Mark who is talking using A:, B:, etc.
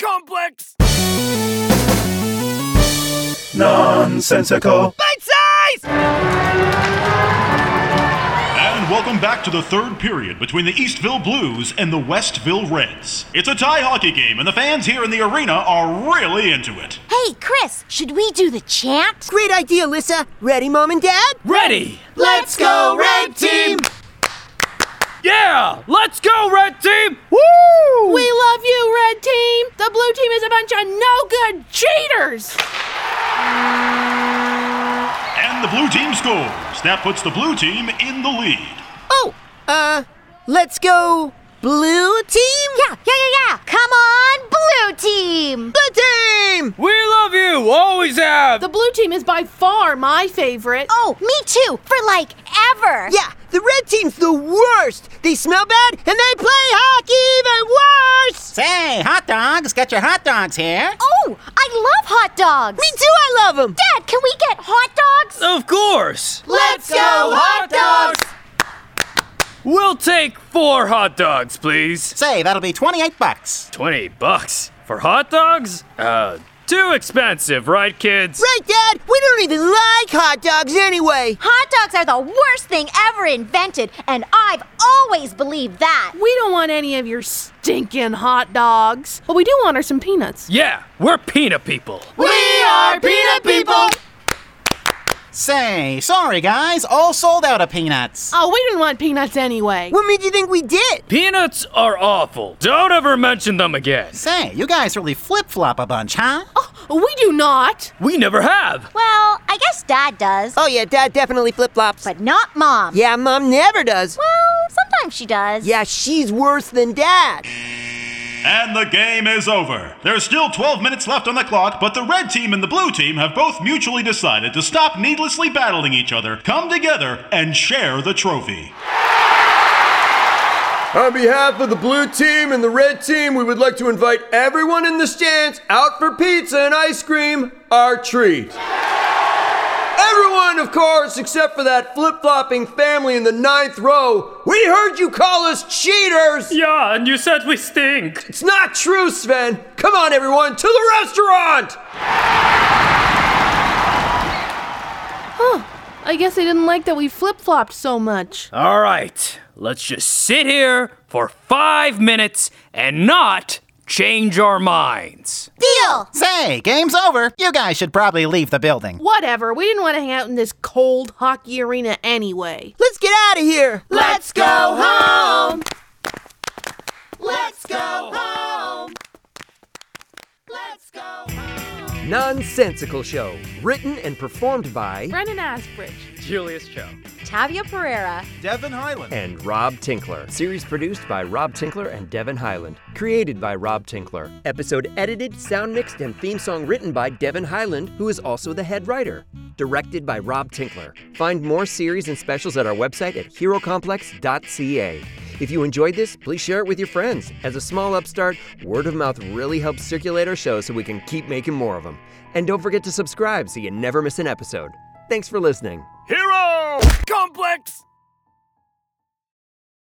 A: Sharks!
B: Nonsensical.
A: Bite size!
C: And welcome back to the third period between the Eastville Blues and the Westville Reds. It's a tie hockey game, and the fans here in the arena are really into it.
D: Hey, Chris, should we do the chant?
E: Great idea, Lissa. Ready, Mom and Dad?
A: Ready!
E: Let's go, Red Team!
A: Yeah! Let's go, Red Team!
F: Woo! We love you, Red Team! The Blue Team is a bunch of no good cheaters!
C: And the blue team scores. That puts the blue team in the lead.
E: Oh, uh, let's go, Blue Team?
D: Yeah, yeah, yeah, yeah! Come on, blue team!
E: Blue Team!
A: We love you! Always have!
F: The Blue Team is by far my favorite.
D: Oh, me too! For like ever!
E: Yeah, the Red Team's the worst! They smell bad and they play hockey even worse!
G: Say, hot dogs, got your hot dogs here.
D: Oh, I love hot dogs!
E: Me too, I love them!
D: Dad, can we get hot dogs?
A: Of course!
E: Let's go, hot dogs!
A: We'll take four hot dogs, please.
G: Say, that'll be 28 bucks.
A: 20 bucks for hot dogs? Uh, too expensive, right, kids?
E: Right, Dad? We don't even like hot dogs anyway!
D: Hot dogs are the worst thing ever invented, and I've always believed that.
F: We don't want any of your stinking hot dogs. What we do want are some peanuts.
A: Yeah, we're peanut people.
E: We are peanut people!
G: Say, sorry guys, all sold out of peanuts.
F: Oh, we didn't want peanuts anyway.
E: What made you think we did?
A: Peanuts are awful. Don't ever mention them again.
G: Say, you guys really flip flop a bunch, huh?
F: We do not.
A: We never have.
D: Well, I guess Dad does,
E: Oh, yeah, Dad definitely flip flops.
D: but not Mom.
E: Yeah, Mom never does.
D: Well, sometimes she does.
E: Yeah, she's worse than Dad.
C: And the game is over. There's still 12 minutes left on the clock, but the red team and the blue team have both mutually decided to stop needlessly battling each other, come together, and share the trophy.
H: On behalf of the blue team and the red team, we would like to invite everyone in the stands out for pizza and ice cream, our treat. Everyone, of course, except for that flip flopping family in the ninth row. We heard you call us cheaters!
A: Yeah, and you said we stink.
H: It's not true, Sven! Come on, everyone, to the restaurant!
F: I guess they didn't like that we flip flopped so much.
A: All right, let's just sit here for five minutes and not change our minds.
D: Deal!
G: Say, game's over. You guys should probably leave the building.
F: Whatever, we didn't want to hang out in this cold hockey arena anyway.
E: Let's get out of here.
F: Let's go home!
E: Let's go home.
F: Let's go!
B: Nonsensical Show, written and performed by
F: Brennan Asbridge.
A: Julius Cho.
D: Tavia Pereira.
G: Devin Highland.
B: and Rob Tinkler. Series produced by Rob Tinkler and Devin Highland. Created by Rob Tinkler. Episode edited, sound mixed, and theme song written by Devin Highland, who is also the head writer. Directed by Rob Tinkler. Find more series and specials at our website at herocomplex.ca. If you enjoyed this, please share it with your friends. As a small upstart, word of mouth really helps circulate our show so we can keep making more of them. And don't forget to subscribe so you never miss an episode. Thanks for listening.
A: Hero!
B: Complex!